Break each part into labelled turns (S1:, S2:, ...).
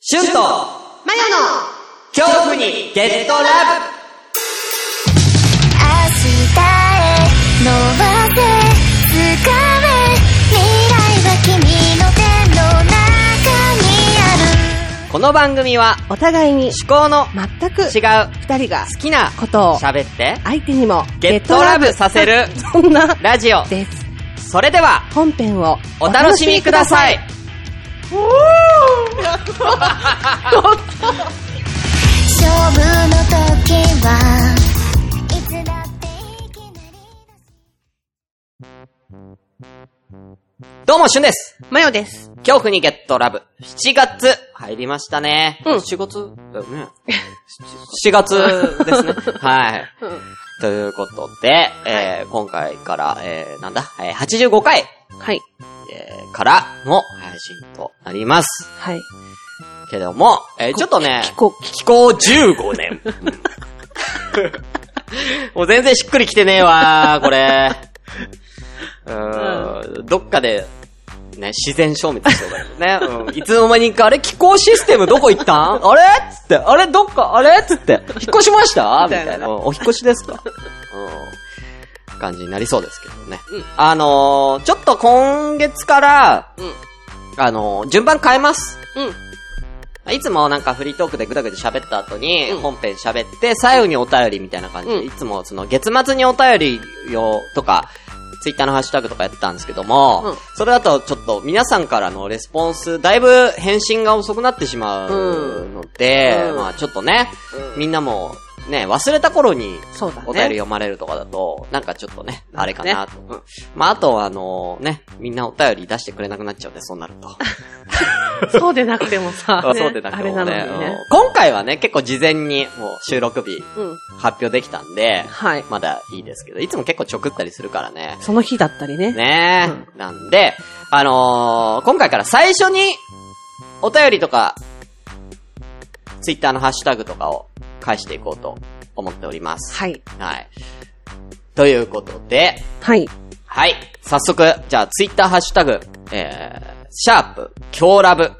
S1: シュンと
S2: マヨの
S1: 恐怖にゲットラブ
S3: 明日へ伸ばせ掴め未来は君の手の中にある
S1: この番組は
S2: お互いに
S1: 思考の
S2: 全く
S1: 違う
S2: 二人が
S1: 好きな
S2: ことを
S1: 喋って
S2: 相手にも
S1: ゲットラブさせる
S2: そんな
S1: ラジオ
S2: です
S1: それでは
S2: 本編を
S1: お楽しみください
S3: 勝負の時はいつだっていきなりだし
S1: どうもシュンです
S2: マヨです
S1: 恐怖にゲットラブ7月入りましたね
S2: うん
S1: 7月だよね7月です ねはいということで、えー今回から、えー、なんだ、えー、85回、
S2: はい
S1: えー、からの配信となります。
S2: はい
S1: けども、えーちょっとね、
S2: こ
S1: 気候15年。 もう全然しっくりきてねえわー、これ。 うーん、どっかで、ね、自然消滅しそうだよね。うん、いつの間にか、あれ気候システムどこ行ったん あれっつって、あれどっか、あれっつって、引っ越しましたみ
S2: みた
S1: た
S2: いな
S1: いな。うんお引っ越しですかうん。感じになりそうですけどね。あのー、ちょっと今月から、
S2: うん
S1: あのー、順番変えます。
S2: うん
S1: いつもなんかフリートークでぐだぐだ喋った後に、
S2: うん
S1: 本編喋って、最後にお便りみたいな感じで、
S2: うん
S1: いつもその月末にお便りをとか、ツイッターのハッシュタグとかやってたんですけども、
S2: うん
S1: それだとちょっと皆さんからのレスポンス、だいぶ返信が遅くなってしまうので、
S2: うん
S1: まあちょっとね、
S2: うん
S1: みんなもね、忘れた頃に
S2: そうだね
S1: お便り読まれるとかだと、なんかちょっとね、あれかなと。
S2: うん
S1: まああとはあのね、みんなお便り出してくれなくなっちゃうんで、そうなると。
S2: そうでなくてもさ
S1: あ そうでなくても
S2: あれ
S1: ね
S2: なのにね
S1: うん今回はね、結構事前にもう収録日
S2: うん
S1: 発表できたんで、
S2: はい
S1: まだいいですけど、いつも結構ちょくったりするからね。
S2: その日だったりね
S1: ねえ、なんで、あのー今回から最初にお便りとか、ツイッターのハッシュタグとかを返していこうと思っております。
S2: はい
S1: はい。ということで、
S2: はい
S1: はい。早速、じゃあ、ツイッターハッシュタグ、えー、シャープ、強ラブ。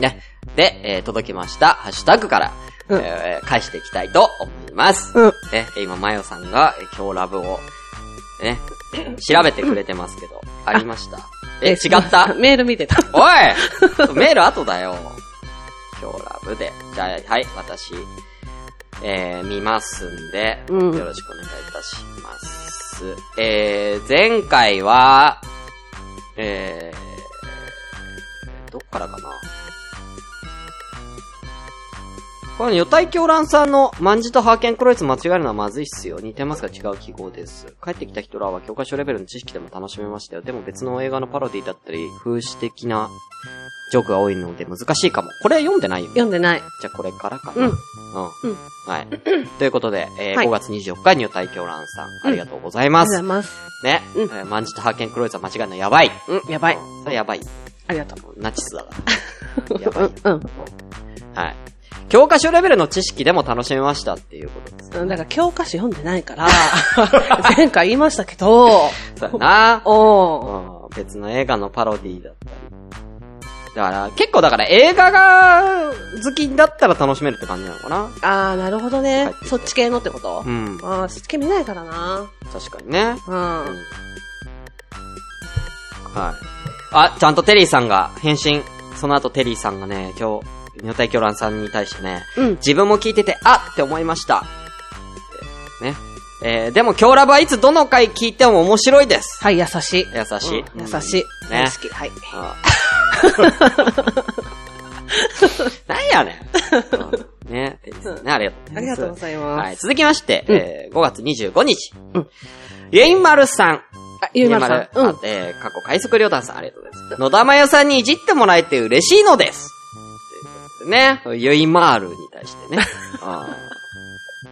S1: ね。で、えー、届きました、ハッシュタグから、
S2: うん
S1: えー返していきたいと思います。
S2: うん
S1: ね、今、マヨさんが、えー強ラブを、ね、調べてくれてますけど、ありました。え、違った
S2: メール見てた
S1: おい メール後だよ。今日ラブで。じゃあ、はい、私、えー、見ますんで、
S2: うん
S1: よろしくお願いいたします。えー、前回は、えー、どっからかな。この、与体狂乱さんの、万字と派遣クロイツ間違えるのはまずいっすよ。似てますが違う記号です。帰ってきた人らは教科書レベルの知識でも楽しめましたよ。でも別の映画のパロディだったり、風刺的なジョークが多いので難しいかも。これ読んでないよね。
S2: 読んでない
S1: じゃあこれからか
S2: う
S1: な。
S2: ん
S1: うん。
S2: うん
S1: はい。ということで、えー
S2: はい
S1: 5月24日に与体狂乱さん、ありがとうござい
S2: あ
S1: ま
S2: りがとうござ
S1: す
S2: い。ます
S1: ね。
S2: うん
S1: えー万字と派遣クロイツは間違えるのやばい。
S2: うんやばい
S1: それやばい。
S2: ありがとう
S1: ナチスだから。やばいよ。
S2: うん
S1: はい。教科書レベルの知識でも楽しめましたっていうことです。
S2: うんだから教科書読んでな いから、前回言いましたけど、
S1: だ よな。
S2: おー
S1: うん別の映画のパロディだったり。だから、結構だから映画が好きだったら楽しめるって感じなのかな。
S2: あー、なるほどね。そっち系のってこと、
S1: うん。
S2: あー、そっち系見ないからな。
S1: 確かにね。
S2: うん。
S1: はい。あ、ちゃんとテリーさんが返信。その後テリーさんがね、今日、女体狂乱さんに対してね、
S2: うん。
S1: 自分も聞いてて、あって思いました。ね。えー、でも、今日ラブはいつどの回聞いても面白いです。
S2: はい、優しい。
S1: 優しい。
S2: うん優しい。
S1: うんね
S2: 大好。き。はい。
S1: あなんやねん。うんね。いいですねありがとうございます。
S2: ありがとうござい
S1: は
S2: ま
S1: い。
S2: す。
S1: 続きまして、
S2: うん
S1: えー5月25日。
S2: うん
S1: ゆいまるさん。
S2: あ、ゆうまるさん。う
S1: あ
S2: ん。
S1: えー過去快速旅団さん、ありがとうございます。野田真代さんにいじってもらえて嬉しいのです。ということでね、ゆいまーるに対して ね。あ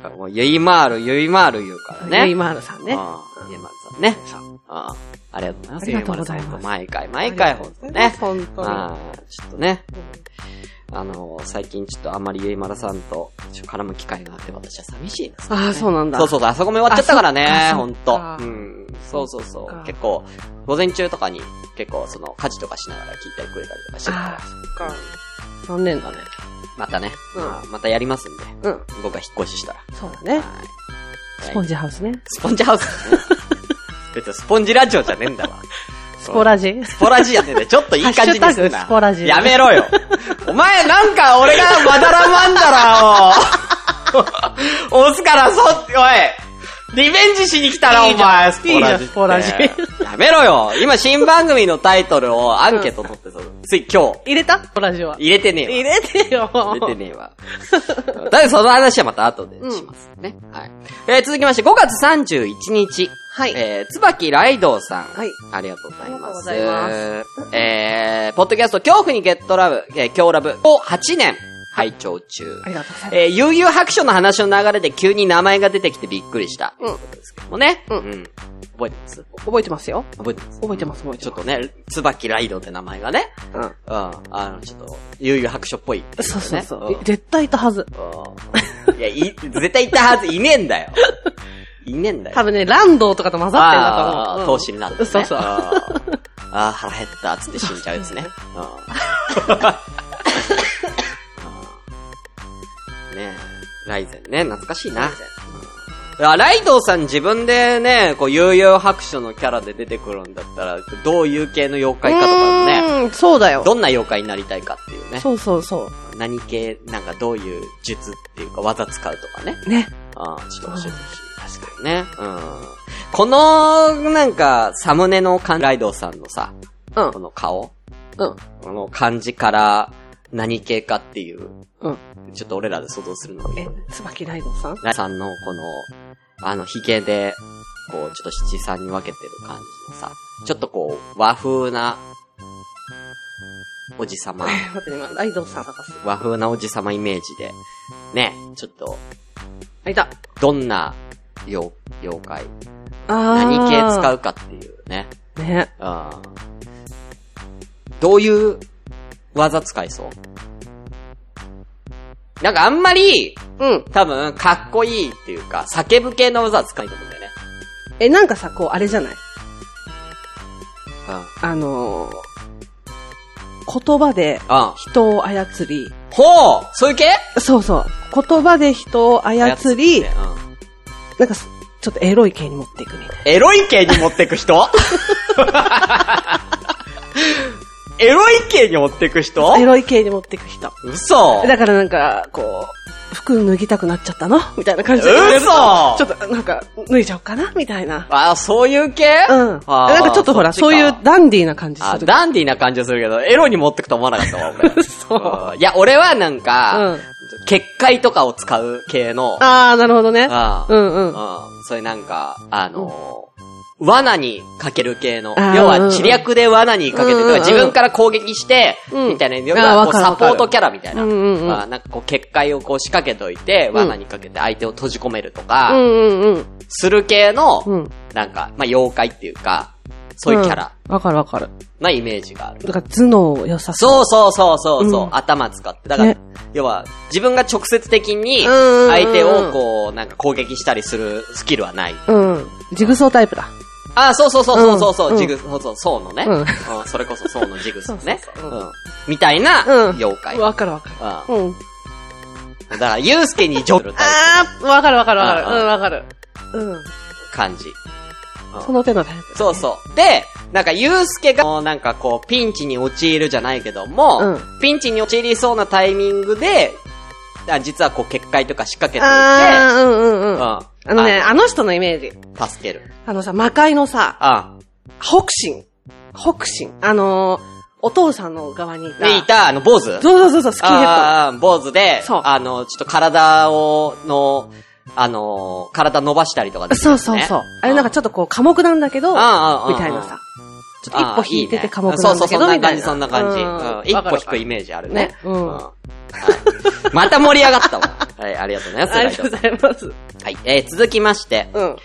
S1: ーもうゆいまーる、ゆいまーる言うからね。
S2: ゆいまるさんね。
S1: あーゆいまるさんね。あーありがとうございます。
S2: ありがとうございます
S1: ゆいまるさんと毎回、毎回、ほんとね。
S2: 本当に。
S1: あーちょっとね。あのー、最近ちょっとあんまりゆいまるさんとちょっと絡む機会があって私は寂しいです、
S2: あー、そうなんだ。
S1: そうそうそう、あそこも終わっちゃったからね、
S2: あそ
S1: ほ
S2: っ
S1: ん
S2: かそ
S1: と
S2: っか。
S1: うん。そうそうそ
S2: そっ
S1: う
S2: か。
S1: 結構、午前中とかに、結構その、家事とかしながら聞いたりくれたりとかしてたから。
S2: あーそっか。残念だね。
S1: またね。
S2: うん
S1: まあまたやりますんで。
S2: うん。
S1: 僕が引っ越ししたら。
S2: そうだね。
S1: はい
S2: スポンジハウスね。
S1: スポンジハウス だね。別にスポンジラジオじゃねえんだわ。
S2: スポラジ。
S1: スポラジやってね、ちょっといい感じにすんな。
S2: ハッシュタグスポラジ
S1: やめろよ。お前なんか俺がまだらまんだ らを、押すからそ、おい、リベンジしに来たらお
S2: いいじゃ
S1: 前、
S2: ん
S1: スポラジって。
S2: いいじゃんスポラジ
S1: やめろよ。今新番組のタイトルをアンケート取ってさ、つい今日、
S2: 入れたスポラジは。
S1: 入れてねえわ。
S2: 入れてよ。
S1: 出てねえわ。だけどその話はまた後でしますね。はい。えー続きまして、5月31日。
S2: はい
S1: えー、椿ライドウさん。
S2: はい。
S1: ありがとうございます。
S2: ありがとうご
S1: えー、ポッドキャスト、恐怖にゲットラブ、えー、強ラブを8年、拝聴中。
S2: ありがとうございます。
S1: えー、悠々白書の話の流れで急に名前が出てきてびっくりした。
S2: うん
S1: ということですけどもね。
S2: うん
S1: ん。覚えてます
S2: 覚えてますよ。
S1: 覚えてます
S2: 覚えてます、覚えて
S1: ちょっ
S2: ま
S1: とね、椿ライドウって名前がね。
S2: す。うん。
S1: うん。あの、ちょっと、悠々白書っぽいってこと
S2: そ
S1: で
S2: う
S1: す
S2: そう
S1: ね、
S2: そ
S1: ん
S2: う。絶対いたはず。
S1: いや、い、絶対いたはず、いねえんだよ。いねえんだよ。
S2: 多分ね、ランドとかと混ざってるんだと
S1: あー
S2: 思う。
S1: 投資になるんだね。
S2: そうそう
S1: あーあー、腹減った、つって死んじゃうですね。うん ねえ、ライゼンね、懐かしいな。うんあ、ライドウさん自分でね、こう、悠々白書のキャラで出てくるんだったら、どういう系の妖怪かとかね、
S2: ね。そうだよ。
S1: どんな妖怪になりたいかっていうね。
S2: そうそうそ
S1: 何系、なんかどういう術っていうか技使うとかね。
S2: う。ね。
S1: ああ、ちょっと教えてほしい。確かにね。うん。この、なんか、サムネの感ライドウさんのさ、
S2: うん
S1: こ。の顔
S2: うん。
S1: この漢字から何系かっていう、
S2: うん。
S1: ちょっと俺らで想像するの
S2: え
S1: に。、
S2: 椿ライドさん
S1: ラ イドウさんのこの、あの、髭で、こう、ちょっと七三に分けてる感じのさ、ちょっとこう、和風な、おじさ ま。
S2: え、待って、今、ライドさん探す。
S1: 和風なおじさまイメージで、ね、ちょっと、
S2: あ、いた。
S1: どんな妖、妖怪、
S2: あー。
S1: 何系使うかっていうね。
S2: うね。
S1: あどういう技使いそうなんかあんまり、
S2: うん。
S1: 多分、かっこいいっていうか、叫ぶ系の技は使いと思うんだよね。
S2: え、なんかさ、こう、あれじゃない
S1: うん。うん。
S2: あのー、言葉で人を操り、
S1: ほうそういう系
S2: そうそう。言葉で人を操り、
S1: ねうん
S2: なんかす、ちょっとエロい系に持っていくみたい
S1: エロい系に持ってく 人エロい系に持ってく人
S2: な。エロい系に持っていく人。
S1: 嘘
S2: だからなんか、こう、服脱ぎたくなっちゃったのみたいな感じで。
S1: 嘘
S2: ちょっと、なんか、脱いじゃおうかなみたいな。
S1: あ、そういう系
S2: うん。なん
S1: あー
S2: かちょっとほら、
S1: そっ
S2: そ
S1: ちか
S2: ういうダンディーな感じ
S1: あ、
S2: する。
S1: ダンディーな感じはするけど、エロに持ってくと思わなかった わ、俺。
S2: そう。
S1: うんいや、俺はなん
S2: う
S1: か
S2: ん、
S1: 結界とかを使う系の、
S2: あー、なるほどね。
S1: あ
S2: うんうん。
S1: うんそれなんか、あのー、罠にかける系の、
S2: あー
S1: 要
S2: うんう
S1: は
S2: ん
S1: 知略で罠にかけて、
S2: うん
S1: と
S2: うんう
S1: か
S2: ん
S1: 自分から攻撃して、
S2: うん
S1: みたいな、要
S2: あー
S1: は
S2: わ
S1: こう
S2: かる
S1: サ
S2: わか
S1: ポ
S2: る
S1: ートキャラみたいな、
S2: うんうんうん
S1: まあなんかこう結界をこう仕掛けといて、
S2: ん
S1: 罠にかけて相手を閉じ込めると
S2: う
S1: か、
S2: んうんうん。
S1: する系の、
S2: うん。
S1: なんか、まあ妖怪っていうか、そういうキャラ
S2: うん。わかるわかる。
S1: なイメージがある。
S2: だから頭脳良さう。
S1: そうそうそうそうそう、
S2: うん
S1: 頭使って。だから、
S2: ね
S1: 要は、自分が直接的に、
S2: うんうんうん
S1: 相手をこう、なんか攻撃したりするスキルはない。
S2: うん。ジグソータイプだ。
S1: ああ、そうそうそうそうそうそう、
S2: うん
S1: ジグ、そうそう、そうのね。
S2: うん
S1: うんそれこそそうのジグソーね。
S2: そうそうそう
S1: うんみたいな、
S2: うん
S1: 妖怪。うん
S2: わかるわか
S1: だ
S2: る。うん。
S1: から、ユうスケにジョブするタイ
S2: あー、わかるわかるわ
S1: う
S2: か
S1: ん
S2: る。うん、わかる。うん。
S1: プ感じ。
S2: その手のタイプ。
S1: そうそう。で、なんか、ゆうすけが、なんかこう、ピンチに陥るじゃないけども、
S2: うん
S1: ピンチに陥りそうなタイミングで、あ実はこう、結界とか仕掛けておいて、
S2: あー、うんうんうん。あ
S1: うん
S2: のね、あの人のイメージ。
S1: あ助ける。
S2: あのさ、魔界のさ、
S1: あ
S2: 北進。北進。あのー、お父さんの側にいた。
S1: で、いた、あの、坊主
S2: そうそうそうそう、スキンヘッ
S1: ああ、坊主で、
S2: そう
S1: あの、ちょっと体を、の、あの、体伸ばしたりとか
S2: ド。
S1: できる
S2: そ
S1: や
S2: う
S1: つ
S2: そう
S1: ね
S2: そう。あれなんか、ちょっとこう、寡黙なんだけど、
S1: ああああ
S2: みたいなさ。ちょっと一歩引いてて
S1: か
S2: 寡
S1: も
S2: 黙なんだけど、みたいな。
S1: そうそう、そんな感じ、そんな感じ。うん一歩引くイ
S2: い。
S1: メージあるね。
S2: ね。うん。あ
S1: はいまた盛り上がったわ。はい、ありがとうございます。
S2: りがとうございます。
S1: はい、えー、続きまして、
S2: うん。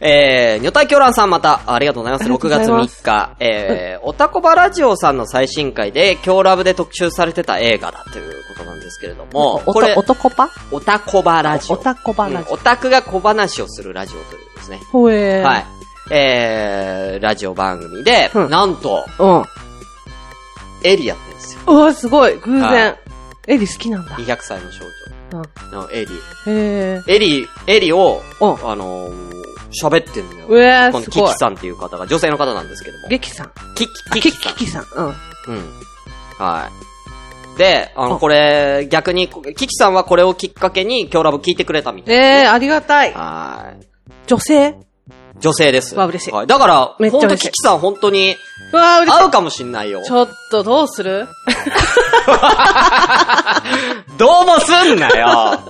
S1: えー、女体狂乱さんまた、ありがとうございます。
S2: ありがと
S1: 6
S2: うござ
S1: 月
S2: います
S1: 3日、 えー、おたこばラジオさんの最新回で、狂ラブで特集されてた映画だということなんですけれども、
S2: お
S1: これ
S2: と、、男パ
S1: おたこばラジオ。
S2: おたこばラジ
S1: うんオタクが小話をするラジオというですね。
S2: オ。ほえー。
S1: はい。えー、ラジオ番組で、
S2: うん
S1: なんと、
S2: うん。
S1: エリアってんですよ。
S2: うわ、すごい。偶
S1: は
S2: 然
S1: い。
S2: エリ好きなんだ。
S1: 200歳の少女のエリー。
S2: へえ。
S1: エリー、エリーを、
S2: うん。
S1: あのー、喋ってんのよ。
S2: うえ
S1: こ
S2: ー、
S1: の
S2: す
S1: キ
S2: ご
S1: キ
S2: い。
S1: さんっていう方が、女性の方なんですけども。
S2: 劇さん。
S1: キキ、
S2: あ
S1: キキ
S2: キキ
S1: さん。
S2: キさん。うん。
S1: うん。はい。で、あの、
S2: あ
S1: これ、逆に、キキさんはこれをきっかけに、今日ラブ聞いてくれたみたいな。
S2: ええー、ありがたい。
S1: は
S2: 女性
S1: い。女性です。
S2: わあ嬉しい
S1: はい。だから、
S2: めっち
S1: ほ
S2: ゃ
S1: んと
S2: 嬉しい
S1: キキさん本当に、
S2: うわー、嬉しい。
S1: 合うかもしんないよ。
S2: ちょっと、どうする
S1: どうもすんな よ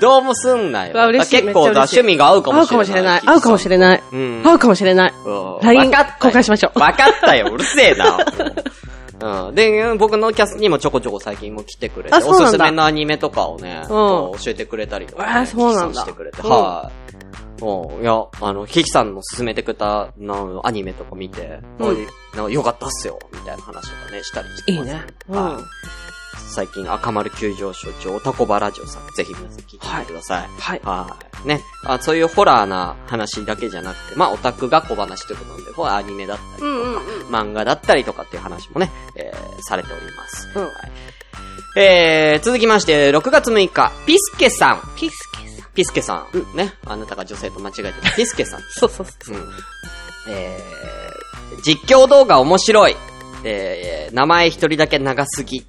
S1: どうもすんなよ。
S2: うわ嬉しい
S1: 結構
S2: めっちゃ
S1: だ、
S2: 嬉しい
S1: 趣味が合うか
S2: 合
S1: も
S2: う
S1: し
S2: か
S1: れ
S2: も
S1: ない。
S2: しれない。合うかもしれない。
S1: れない。うん。
S2: 合うかもしれない。
S1: うん
S2: LINE
S1: わかった
S2: 公開しましょう
S1: わかった よ、うるせえな。うん。で、僕のキャスにもちょこちょこ最近も来てくれて、
S2: あそう
S1: お
S2: なんだ
S1: すすめのアニメとかをね、
S2: ん
S1: こう教えてくれたりとかね、
S2: あーそうなんだ
S1: してくれて、
S2: うん
S1: はい。もう、いや、あの、ヒキさんの勧めてくれた、な、アニメとか見て、
S2: うん
S1: おいなんかよかったっすよ、みたいな話とかね、したりして
S2: いい
S1: ます。
S2: ね。うん。
S1: は。
S2: はい
S1: 最近、赤丸急上昇中、オタコバラジオさん、ぜひ皆さん聞いてみてください。
S2: い。
S1: はい。ね。あ、そういうホラーな話だけじゃなくて、まあ、オタクが小話ということなんで、ほら、アニメだったりと
S2: う
S1: か、
S2: んうんうん。
S1: 漫画だったりとかっていう話もね、えー、されております。
S2: うん
S1: はい。えー、続きまして、6月6日、ピスケさん。
S2: ピスケさん。
S1: ピスケさん。ね。あなたが女性と間違え てた。ピスケさん。
S2: そうそうそう。
S1: うん。えー、実況動画面白い。えー、名前一人だけ長すぎ。と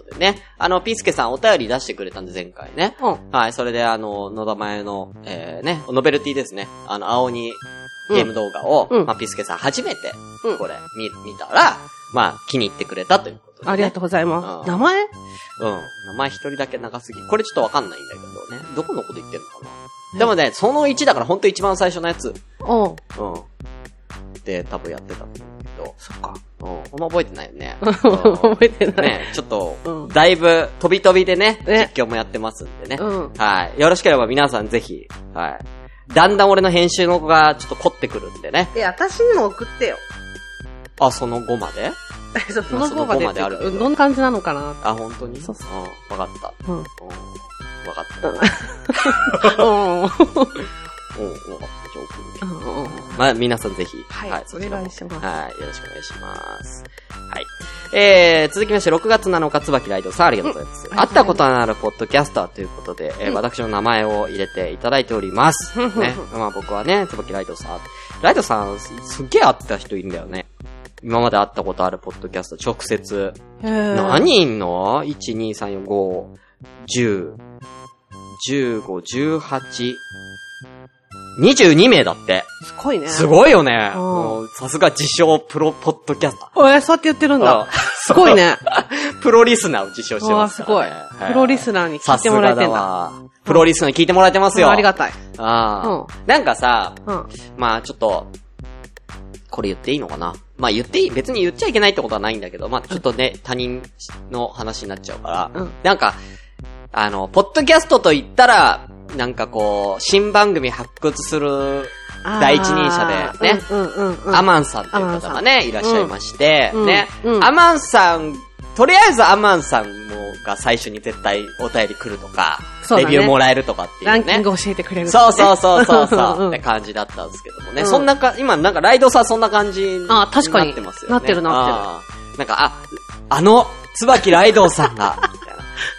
S1: いうことでね。あの、ピスケさんお便り出してくれたんで、前回ね。
S2: うん。
S1: はい、それであの、野田前の、えー、ね、ノベルティですね。あの、青にゲーム動画を、
S2: うん
S1: まあ、ピスケさん初めて、
S2: うん
S1: これ、見、見たら、まあ、気に入ってくれたということで、ね。
S2: ありがとうござい
S1: あ
S2: ま
S1: ー
S2: す。名前
S1: う。うん。名前一人だけ長すぎ。これちょっとわかんないんだけどね。どこのこと言ってんのかな。でもね、その1だからほんと一番最初のやつ。
S2: うん。
S1: うん。で、多分やってたと思うんだけど。
S2: そっ
S1: う
S2: か。
S1: ん。こんな覚えてないよね。
S2: 覚えてない。
S1: ね、ちょっと、
S2: うん
S1: だいぶ、飛び飛びでね、
S2: ね
S1: 実況もやってますんでね。
S2: うん。
S1: はい。よろしければ皆さんぜひ、はい。だんだん俺の編集の子がちょっと凝ってくるんでね。
S2: え、私にも送ってよ。
S1: あ、その後まで
S2: そうそ
S1: まあ
S2: の
S1: その後
S2: 後まで
S1: まであるけど
S2: うんどんな感じなの かな
S1: あ、本当に
S2: そうそ
S1: うん、わかった。
S2: うん。うん。
S1: うん。わか った。うん、わかった。じゃあ送るけど
S2: うん
S1: まあ、皆さんぜひ。
S2: はい
S1: そちらも
S2: お願いします
S1: はい。よろしくお願いします。はい。えー、続きまして、6月7日、椿ライドさん、ありがとうございます。
S2: うん
S1: 会ったことのあるポッドキャスターということで、えー
S2: うん
S1: 私の名前を入れていただいております。
S2: うん
S1: ね。まあ、僕はね、椿ライドさん。ライドさん、すすっげえ会った人いるんだよね。今まで会ったことあるポッドキャスト、直接。
S2: へー
S1: 何人いんの ?1、2、3、4、5、10、15、18、22名だって。
S2: すごいね。
S1: す
S2: い。
S1: ごいよね。
S2: うん
S1: もうさすが自称プロポッドキャスタ
S2: え、そうやって言ってるん
S1: ー
S2: だ。。すごいね。
S1: うんプロリスナーを自称して
S2: わあ
S1: ます
S2: す
S1: か
S2: ごい
S1: らね。。
S2: プロリスナーに
S1: さ
S2: 聞い
S1: す
S2: てもら
S1: が
S2: え
S1: だ
S2: てんだ。
S1: わ。プロリスナーに聞いてもらえてますよ。
S2: うんありがたい。
S1: ああなんかさ、
S2: うん。
S1: まあちょっと、これ言っていいのかなまあ言っていい、別に言っちゃいけないってことはないんだけど、まあちょっとね、他人の話になっちゃうから、
S2: うん
S1: なんか、あの、ポッドキャストと言ったら、なんかこう、新番組発掘する第一人者でね
S2: あーうんうんうんうん。
S1: アマンさんという方がね、いらっしゃいまして、
S2: うん
S1: ね、
S2: うん
S1: アマンさん、とりあえずアマンさんもが最初に絶対お便り来るとか、
S2: そうだ
S1: レ
S2: ね
S1: ビューもらえるとかっていうね。
S2: ランキング教えてくれる。
S1: そうそうそうそうそう、
S2: うん
S1: って感じだったんですけどもね。
S2: うん
S1: そんなか、今なんかライドさんそんな感じにな
S2: あ確かに
S1: ってますよね。
S2: なってるな
S1: ってる。なんか、あ、あの、椿ライドさんが、みたいな。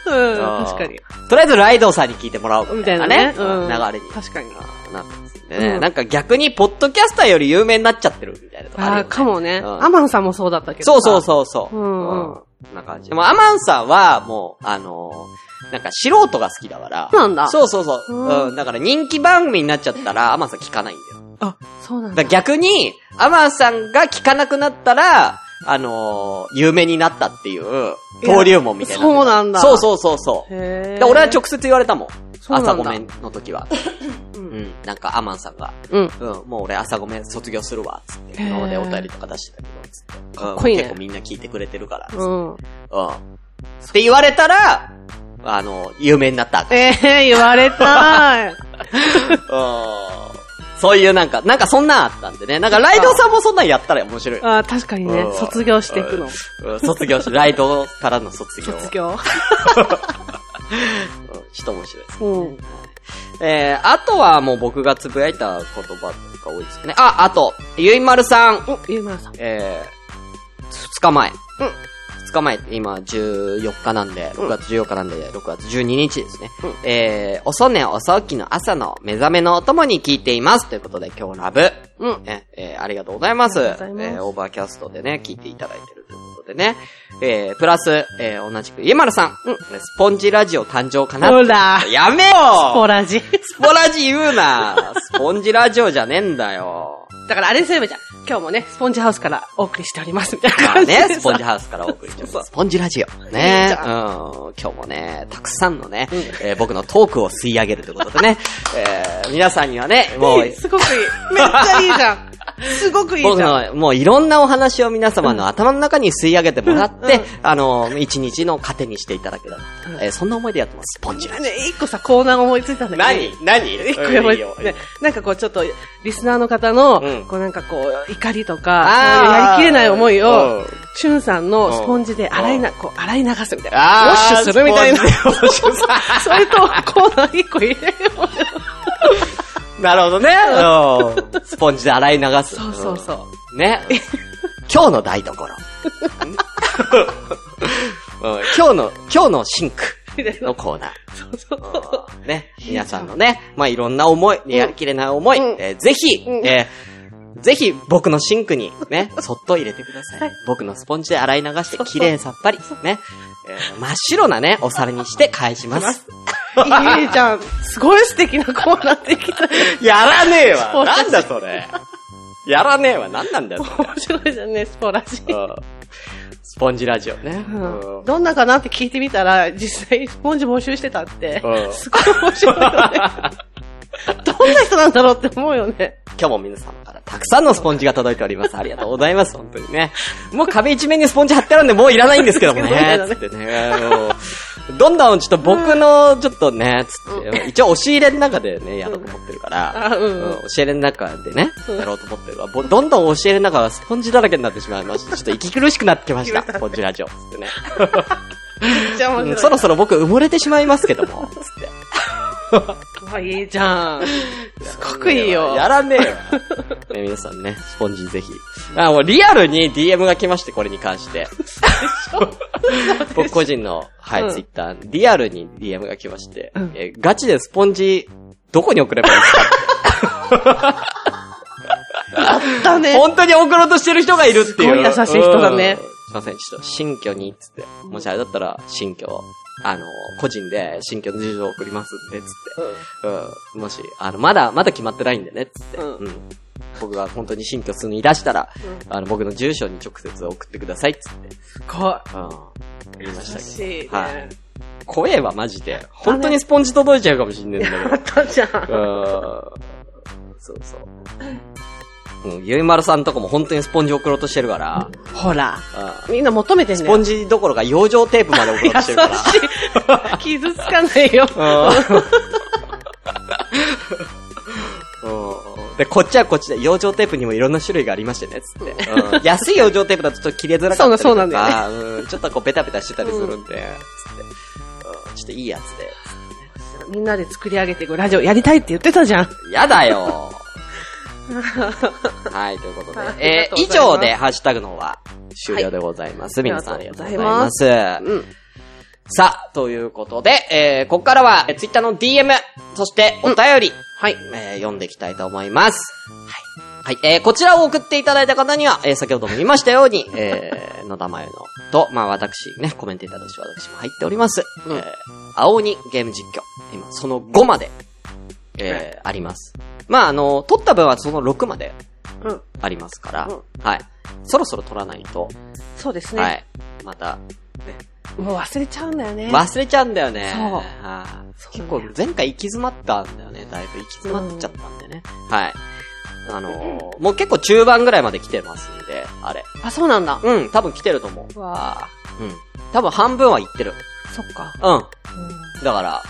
S2: うん、
S1: あー
S2: 確かに。
S1: とりあえずライドさんに聞いてもらおうみ
S2: み
S1: た
S2: た
S1: い
S2: い
S1: な
S2: な
S1: ね
S2: ね。。
S1: うん
S2: うん
S1: 流れに。
S2: 確かに。
S1: なってますんでね、
S2: うん
S1: なんか逆に、ポッドキャスターより有名になっちゃってるみたいなとこある
S2: あ
S1: よ、ね。
S2: あ、かもね。
S1: うん
S2: アマンさんもそうだったけど
S1: そう
S2: さ。
S1: そうそうそう。
S2: うんうん
S1: こんな感じ。でも、アマンさんは、もう、あのーなんか素人が好きだから。
S2: そうなんだ
S1: そうそうそう。
S2: うん
S1: うん。だから人気番組になっちゃったら、アマンさん聞かないんだよ。
S2: あ、そうなん
S1: だから
S2: だ。
S1: 逆に、アマンさんが聞かなくなったら、あのー有名になったっていう、登竜門みたいな。
S2: そうなんだ
S1: そうそうそうそう。
S2: へ
S1: で俺は直接言われたもん。
S2: そうなんだ
S1: 朝ごめんの時は。
S2: う。
S1: うんん。なんか、アマンさんが、
S2: うん。
S1: うん、もう俺朝ごめん卒業するわ、つって。
S2: へー
S1: 今までお便りとか出してたけど、つって。か
S2: っこいいね
S1: 結構みんな聞いてくれてるから、つって
S2: うん。
S1: うん。って言われたら、あの、有名になった。
S2: ええ、言われ たい。
S1: うん。そういうなんか、なんかそんなんあったんでね。なんかライドさんもそんなんやったら面白い。
S2: ああ、確かにね
S1: うん。
S2: 卒業していくの。
S1: うん卒業し、ライドからの卒業。
S2: 卒業。
S1: うんちょっと面白いです。
S2: うん。
S1: えー、あとはもう僕が呟いた言葉とか多いですかね。あ、あと、ゆいまるさん。
S2: お、ゆうまるさん。
S1: えー、二日前。うん。二日前、今14日なんで、6月14日なんで、6月12日ですね。
S4: うん
S1: えー、遅寝遅起きの朝の目覚めのお供に聞いています。ということで、今日ラブ。
S4: うん。
S1: ね、えーありがとうございます。
S2: ありがとうございます
S1: えーオーバーキャストでね、聞いていただいてるということでね。えー、プラス、えー、同じく、家丸さん。うん。スポンジラジオ誕生かな。
S2: ほら、
S1: やめ
S2: ほ
S1: よ
S2: らじ。
S1: スポラジ言うなスポンジラジオじゃねえんだよ。
S2: だからあれすればいいじゃん。今日もね、スポンジハウスからお送りしておりますみたい な
S1: まあ
S2: 感じでさ。
S1: ね、スポンジハウスからお送りしてます。スポンジラジオ。
S2: いい
S1: ね
S2: じ
S1: うん。
S2: ゃ
S1: 今日もね、たくさんのね、えー僕のトークを吸い上げるということでね、えー皆さんにはね、もう
S2: いい、すごくいい。めっちゃいいじ ゃん。すごくいい
S1: 僕
S2: じゃん。
S1: の、もういろんなお話を皆様の頭の中に吸い上げてもらって、あの、一日の糧にしていただけたらと、えーそんな思いでやってます。スポンジラジ
S2: ね、一個さ、コーナー思いついたんだけど。
S1: 何
S2: 一個思いつね、なんかこうちょっと、リスナーの方の、
S1: うん
S2: こうなんかこう、怒りと
S1: あ
S2: か、
S1: ー
S2: そういうやりきれない思い
S1: うん
S2: を、しゅんさんのスポンジで洗いな、こう、洗い流すみたいな。ウォッシュするみたいな。 それと、コーナー一個入れよ
S1: なるほどね。 うんスポンジで洗い流す。
S2: う。そうそうそう。
S1: うん。 ね。今日の台所。うん今日の、今日のシンク
S2: みたいな
S1: のコーナー。
S2: そうそうそう。
S1: ね、皆さんのね、まあ、いろんな思い、やりきれない思い、
S4: うん
S1: えーぜひ、
S4: うん
S1: えーぜひ僕のシンクに ね、そっと入れてください。
S2: はい
S1: 僕のスポンジで洗い流し
S2: そ
S1: て
S2: うそう
S1: 綺麗さっぱり、ね、えー真っ白なね、お皿にして返します。
S2: いいじゃん。すごい素敵なコーナーできた。
S1: やらねえ
S2: そう
S1: なんだ それ。やらねえわ、なんなんだよそれ
S2: 面白いじゃんね、スポラジ。
S1: うんスポンジラジオね。うん
S2: どんなかなって聞いてみたら、実際スポンジ募集してたって
S1: う、 ん
S2: すごい面白いよね。 どんな人なんだろうって思うよね。
S1: 今日も皆様からたくさんのスポンジが届いております。ありがとうございます、本当にね。もう壁一面にスポンジ貼ってあるんで、もういら ないんですけどもね。
S2: そう
S1: つ
S2: だね
S1: ってね。もうどんどんちょっと僕の、ちょっとね、つって、一応押し入れの中でね、やろうと思ってるから、
S2: あ、う。
S1: うんん押し入れの中でね、やろうと思ってるから、ぼどんどん押し入れの中がスポンジだらけになってしまいまして、ちょっと息苦しくなってきま した、スポンジラジオ。つってね。
S2: めっちゃ面
S1: うん
S2: 白い。
S1: そろそろ僕埋もれてしまいますけども、つって。
S2: あいいじゃん。すごくいいよ。
S1: やらね えよ。ね、皆さんね、スポンジぜひ。あ、もうリアルに DM が来まして、これに関して。僕個人の、はい、
S2: うん
S1: ツイッター、リアルに DM が来まして、
S2: うん
S1: えーガチでスポンジ、どこに送ればいいですか
S2: だ ね。
S1: 本当に送ろうとしてる人がいるっていう。
S2: すごい優しい人だね
S1: うん。すいません、ちょっと、新居に、つって。もしあれだったら、新居を、あの、個人で、新居の事情を送りますんで、つって。うん。もし、あの、まだ、まだ決まってないんでね、つって。
S2: うん
S1: うん。僕が本当に新居住み出したら、
S2: う
S1: あの、僕の住所に直接送ってください、つって。
S2: こ
S1: うん。言いま
S2: う。
S1: した
S2: 優
S1: け
S2: しいね。
S1: ど。はい。声はマジで、本当にスポンジ届いちゃうかもしんねえんだけど
S2: あ。ったじゃ。
S1: うんそうそう。うん、ゆいまるさんとかも本当にスポンジ送ろうとしてるから、
S2: ほら。
S1: うん
S2: みんな求めてんね。
S1: スポンジどころか養生テープまで送ろうとしてるか
S2: 傷つかないよ。
S1: ら。うんうんで、こっちはこっちで、養生テープにもいろんな種類がありましてね、つって。うん安い養生テープだとちょっと切れづらかったりとか、
S2: そうなそうなんだ
S1: うんちょっとこうベタベタしてたりするんで、つって、うんちょっといいやつで。
S2: みんなで作り上げていくラジオやりたいって言ってたじゃん。
S1: やだよはい、ということ
S2: はい
S1: で。え
S2: あ
S1: ー
S2: り
S1: 以
S2: がとう
S1: 上
S2: ございます
S1: で、ハッシュタグの方は終了でございます。
S2: い
S1: 皆さんありがとうございます。さあ、ということで、えー、ここからは、ツイッター Twitter の DM、そしてお便り、はい、えー読んでいきたいと思います。はい。はい、えー、こちらを送っていただいた方には、えー、先ほども言いましたように、えー、野田真由のと、まあ私、ね、コメンテーターとして私も入っております。えー、青鬼ゲーム実況。今、その5まで、えー、あります。まああの、取った分はその6まで
S2: うん。
S1: ありますから、
S2: うん
S1: はい。そろそろ取らないと、
S2: そうです
S1: は
S2: ね。
S1: い。また、
S2: もう忘れちゃうんだよね。
S1: 忘れちゃうんだよね。
S2: そう
S1: はい
S2: そう
S1: 結構前回行き詰まったんだよね。だいぶ行き詰まっちゃったんでね。はい。あのーもう結構中盤ぐらいまで来てますんで、あれ。
S2: あ、そうなんだ。
S1: うん、多分来てると思
S2: うわ
S1: う。うん。多分半分は行ってる。
S2: あそっか。
S1: うん。だから、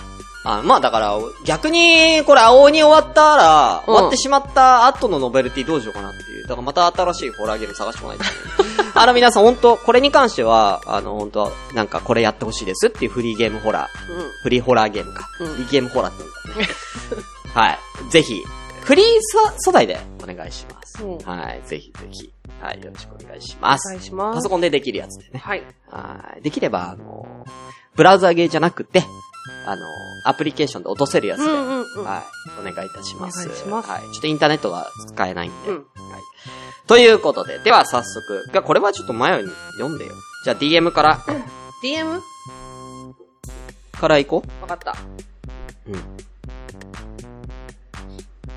S1: あまあだから、逆に、これ、青に終わったら、
S2: うん
S1: 終わってしまった後のノベルティどうしようかなっていう。だからまた新しいホラーゲーム探してもらいたい。あの皆さん、本当これに関しては、あの、本当なんかこれやってほしいですっていうフリーゲームホラー。フリーホラーゲームか。
S2: うん
S1: フリーゲームホラーって言うんだね。はい。ぜひ、フリー素素材でお願いします。
S2: うん
S1: はい。ぜひぜひ。はい、よろしくお願いします。
S2: お願いします
S1: パソコンでできるやつでね。
S2: はい。
S1: はい。できれば、あの、ブラウザゲーじゃなくて、あの、アプリケーションで落とせるやつ
S2: う
S1: で、
S2: んうんうん。
S1: はい、お願いいたします。
S2: お願いします
S1: はい。ちょっとインターネットが使えないんで。
S2: うん
S1: はい。ということで、では早速、がこれはちょっと前に読んでよ。じゃあ DM から、
S2: DM?
S1: から行こ
S2: わかった。
S1: うん。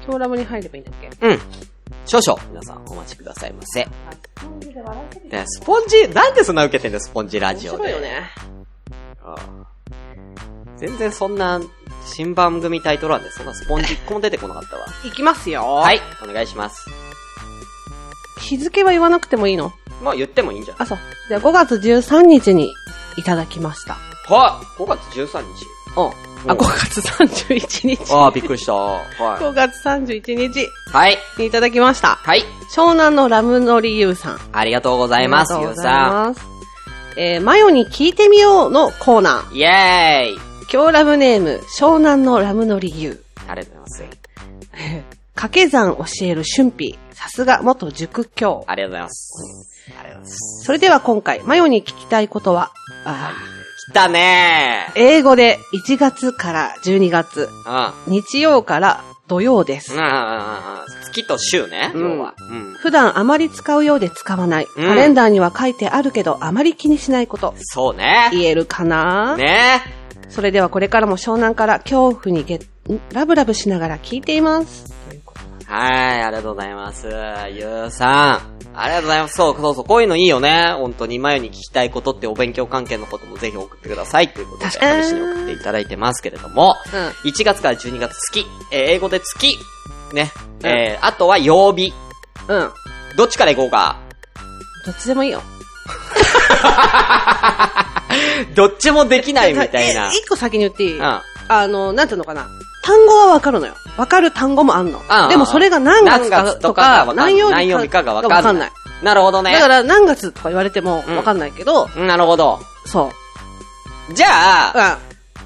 S2: 今日ラブに入ればいいんだっけ
S1: う。うん。少々、皆さんお待ちくださいませ。ね、スポンジ、なんでそんな受けてんだよ、スポンジラ
S2: 面
S1: ジオで。
S2: 白いよね。
S1: ああ。全然そんな、新番組タイトル欄でそんなスポンジ一個も出てこなかった わ。
S2: いきますよ。。
S1: はいい、お願いします。
S2: 日付は言わなくてもいいの
S1: まあ言ってもいいんじゃない
S2: あ、そう。じゃあ5月13日にいただきました。
S1: はい、5月13日。
S2: うん。あ、5月31日。
S1: ああ、びっくりした。は
S2: 5月31日
S1: い。はい。
S2: にいただきました。
S1: はい。
S2: 湘南のラムノリユウさん。
S1: ありがとうござ
S2: あ
S1: います、
S2: りが
S1: ゆ
S2: とう
S1: う
S2: ござい
S1: さ
S2: ます。えー、マヨに聞いてみようのコーナー。
S1: ん。イェーイ
S2: 今日ラムネーム、湘南のラムノリユウ。
S1: ありがとうございます。
S2: 掛け算教える春辟。さすが元塾教。
S1: ありがとうございます。ありがとうございます。
S2: それでは今回、マヨに聞きたいことは、あ
S1: 来たね
S2: ー英語で1月から12月、
S1: ー
S2: 日曜から土曜です
S1: うん。う。んうんうんうん。月と週ね、
S2: うん
S1: 要は。うん。
S2: 普段あまり使うようで使わない。
S1: うん
S2: カレンダーには書いてあるけど、あまり気にしないこと。
S1: そうね。
S2: 言えるかな、
S1: ね
S2: それではこれからも湘南から恐怖にゲんラブラブしながら聞いています。ということ
S1: はい、ありがとうございます。ゆうさん。ありがとうございます。そうそうそう、こういうのいいよね。本当に、前に聞きたいことってお勉強関係のこともぜひ送ってください。ということで、
S2: 確かに
S1: 試しに送っていただいてますけれども。
S2: うん。
S1: 1月から12月月、えー英語で月、ね、えーあとは曜日。
S2: うん。
S1: どっちから行こうか。
S2: どっちでもいいよ。
S1: どっちもできないみたい
S2: え
S1: な。
S2: 一個先に言っていい、
S1: うん。
S2: あの、なんていうのかな。単語はわかるのよ。わかる単語もあんの。
S1: んうん
S2: でもそれが何月かとか、
S1: 何月とか何
S2: 何曜
S1: 曜日
S2: 日
S1: か
S2: か
S1: が
S2: が
S1: わかんない
S2: わかんない。
S1: なるほどね。
S2: だから何月とか言われても
S1: うん
S2: わかんないけど、
S1: うんなるほど。
S2: そう。
S1: じゃあ、
S2: う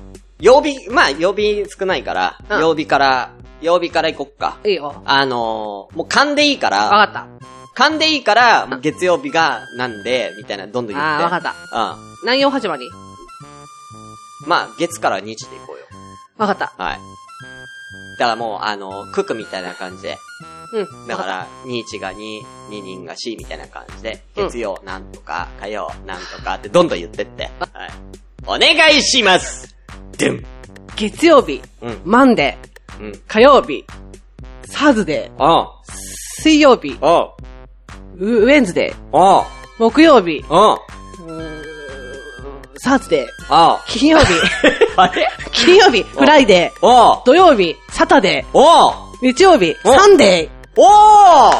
S1: 曜日、まあ曜日少ないから、
S2: うん
S1: 曜日から、曜日から行こっか。
S2: ん。いいよ。わ
S1: あのー、もう勘でいいから、
S2: かった。
S1: 勘でいいから、もう月曜日がなんで、みたいな、どんどん言って。
S2: ああ、わかった。
S1: た。うん。
S2: 何曜始まり
S1: まあ、月から日で行こうよ。
S2: わかった。
S1: はい。だからもう、あの、九九みたいな感じで。
S2: うん。
S1: だか
S2: わっ
S1: ら、21が2、2人が4みたいな感じで、
S2: うん
S1: 月曜なんとか、火曜なんとかってどんどん言ってって。はい。お願いしますでん
S2: た月曜日、
S1: うん、
S2: マンデー、
S1: うん。
S2: 火曜日、サーズデー、
S1: おう、
S2: 水曜日、
S1: おう、
S2: ウウェンズデー、
S1: おう、
S2: 木曜日、
S1: おう、
S2: うーんサーズデー、
S1: おう。
S2: 金曜 日、
S1: あれ
S2: 金曜日、フライデー、
S1: おう、
S2: 土曜日、サタデ
S1: おう、
S2: ー、日曜日、
S1: お
S2: サンデー。
S1: おう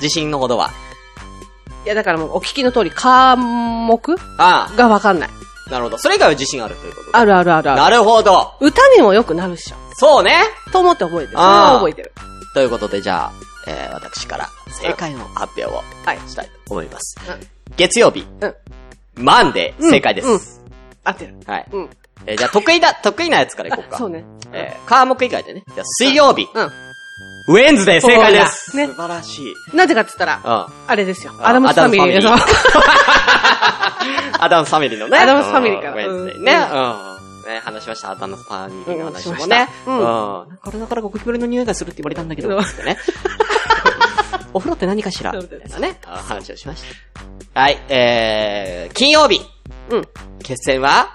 S1: 自信のほどはい
S2: や、だからもうお聞きの通り、科目
S1: あ
S2: がわかんない。
S1: あ、なるほど。それ以外は自信あるということで。
S2: あるあるあるあ
S1: な
S2: る。
S1: るほど。
S2: 歌にもよくなるっしょ。
S1: そうね。
S2: と思って覚えてる。それ
S1: あー
S2: は覚えてる。
S1: ということで、じゃあ、えー、私から正解の発表を
S2: はい。
S1: したいと思います。
S2: うん
S1: 月曜日、
S2: うん。
S1: マンデー、正解です。
S2: うんうん合ってる。
S1: はい。
S2: うん。
S1: えーじゃあ、得意だ、得意なやつからいこう
S2: あ
S1: か。
S2: そうね。
S1: えー、科目以外でね。じゃあ、水曜日、
S2: うん。
S1: ウェンズデー、正解です。
S2: そうだね
S1: 素晴らしい。
S2: なぜかって言ったら、
S1: うん。
S2: あれですよ。アダムスファミリーでしょ
S1: ア。ダムスファミリーアダムスファミリーのね。
S2: アダムスファミリーから
S1: うんウェンズデー
S2: うん
S1: ね。うん。ね、話しました。アダムスファミリーの話もね。
S2: うんしました
S1: うん。なんか俺だからゴキブリの匂いがするって言われたんだけど、
S2: うん
S1: つってね。 お風呂って何かしら
S2: そう
S1: み
S2: です
S1: たいなね。あ話をしました。はい、えー、金曜日。
S2: うん。
S1: 決戦は、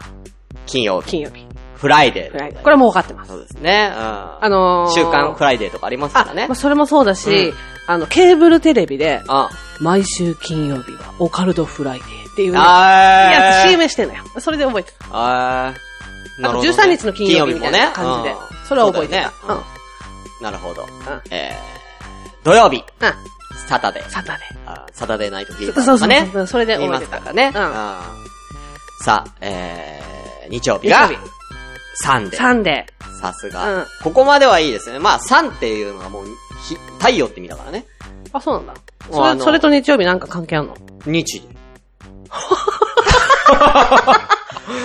S1: 金曜日。
S2: 金曜日。
S1: フライデー
S2: く
S1: でござ
S2: ら
S1: い
S2: い。
S1: ます。
S2: これはもう分かってます。
S1: そうですね。うん。
S2: あのー、
S1: 週刊フライデーとかありますからね
S2: あ、まあ、。それもそうだし、
S1: うん
S2: あの、ケーブルテレビで、
S1: あ、
S2: 毎週金曜日はオカルドフライデーっていうね、
S1: あー
S2: やつ CM してんのよ。それで覚えてた。
S1: あー。
S2: あ
S1: なるほ
S2: と
S1: どね
S2: 13日の金曜日みたいな
S1: 金曜日
S2: 感
S1: も
S2: じ
S1: ね
S2: で
S1: うん。
S2: それは覚えて
S1: そ
S2: た。
S1: うだ
S2: うん。う
S1: よねなるほど。
S2: ん。
S1: えー、土曜日、
S2: うん。
S1: サタデー、
S2: サタデ
S1: あサタデーナイトフィー
S2: ー。
S1: バー
S2: そう
S1: とか
S2: そう
S1: ね。
S2: そう。それで
S1: 言い
S2: 覚
S1: ま
S2: え
S1: す
S2: てた
S1: か
S2: から
S1: ね
S2: らね。。
S1: う
S2: うん
S1: さあ、えー、日曜
S2: ん。
S1: 日
S2: 曜
S1: が
S2: 日、
S1: サンデ
S2: サ
S1: ー。
S2: ンデ
S1: さすが、
S2: うん
S1: ここまではいいですね。まあ、サンっていうのはもう、ひ太陽って意味だからね。
S2: ー。あ、そうなんだ。
S1: もうあ
S2: それ、
S1: の
S2: それと日曜日なんか関係あんの
S1: 日。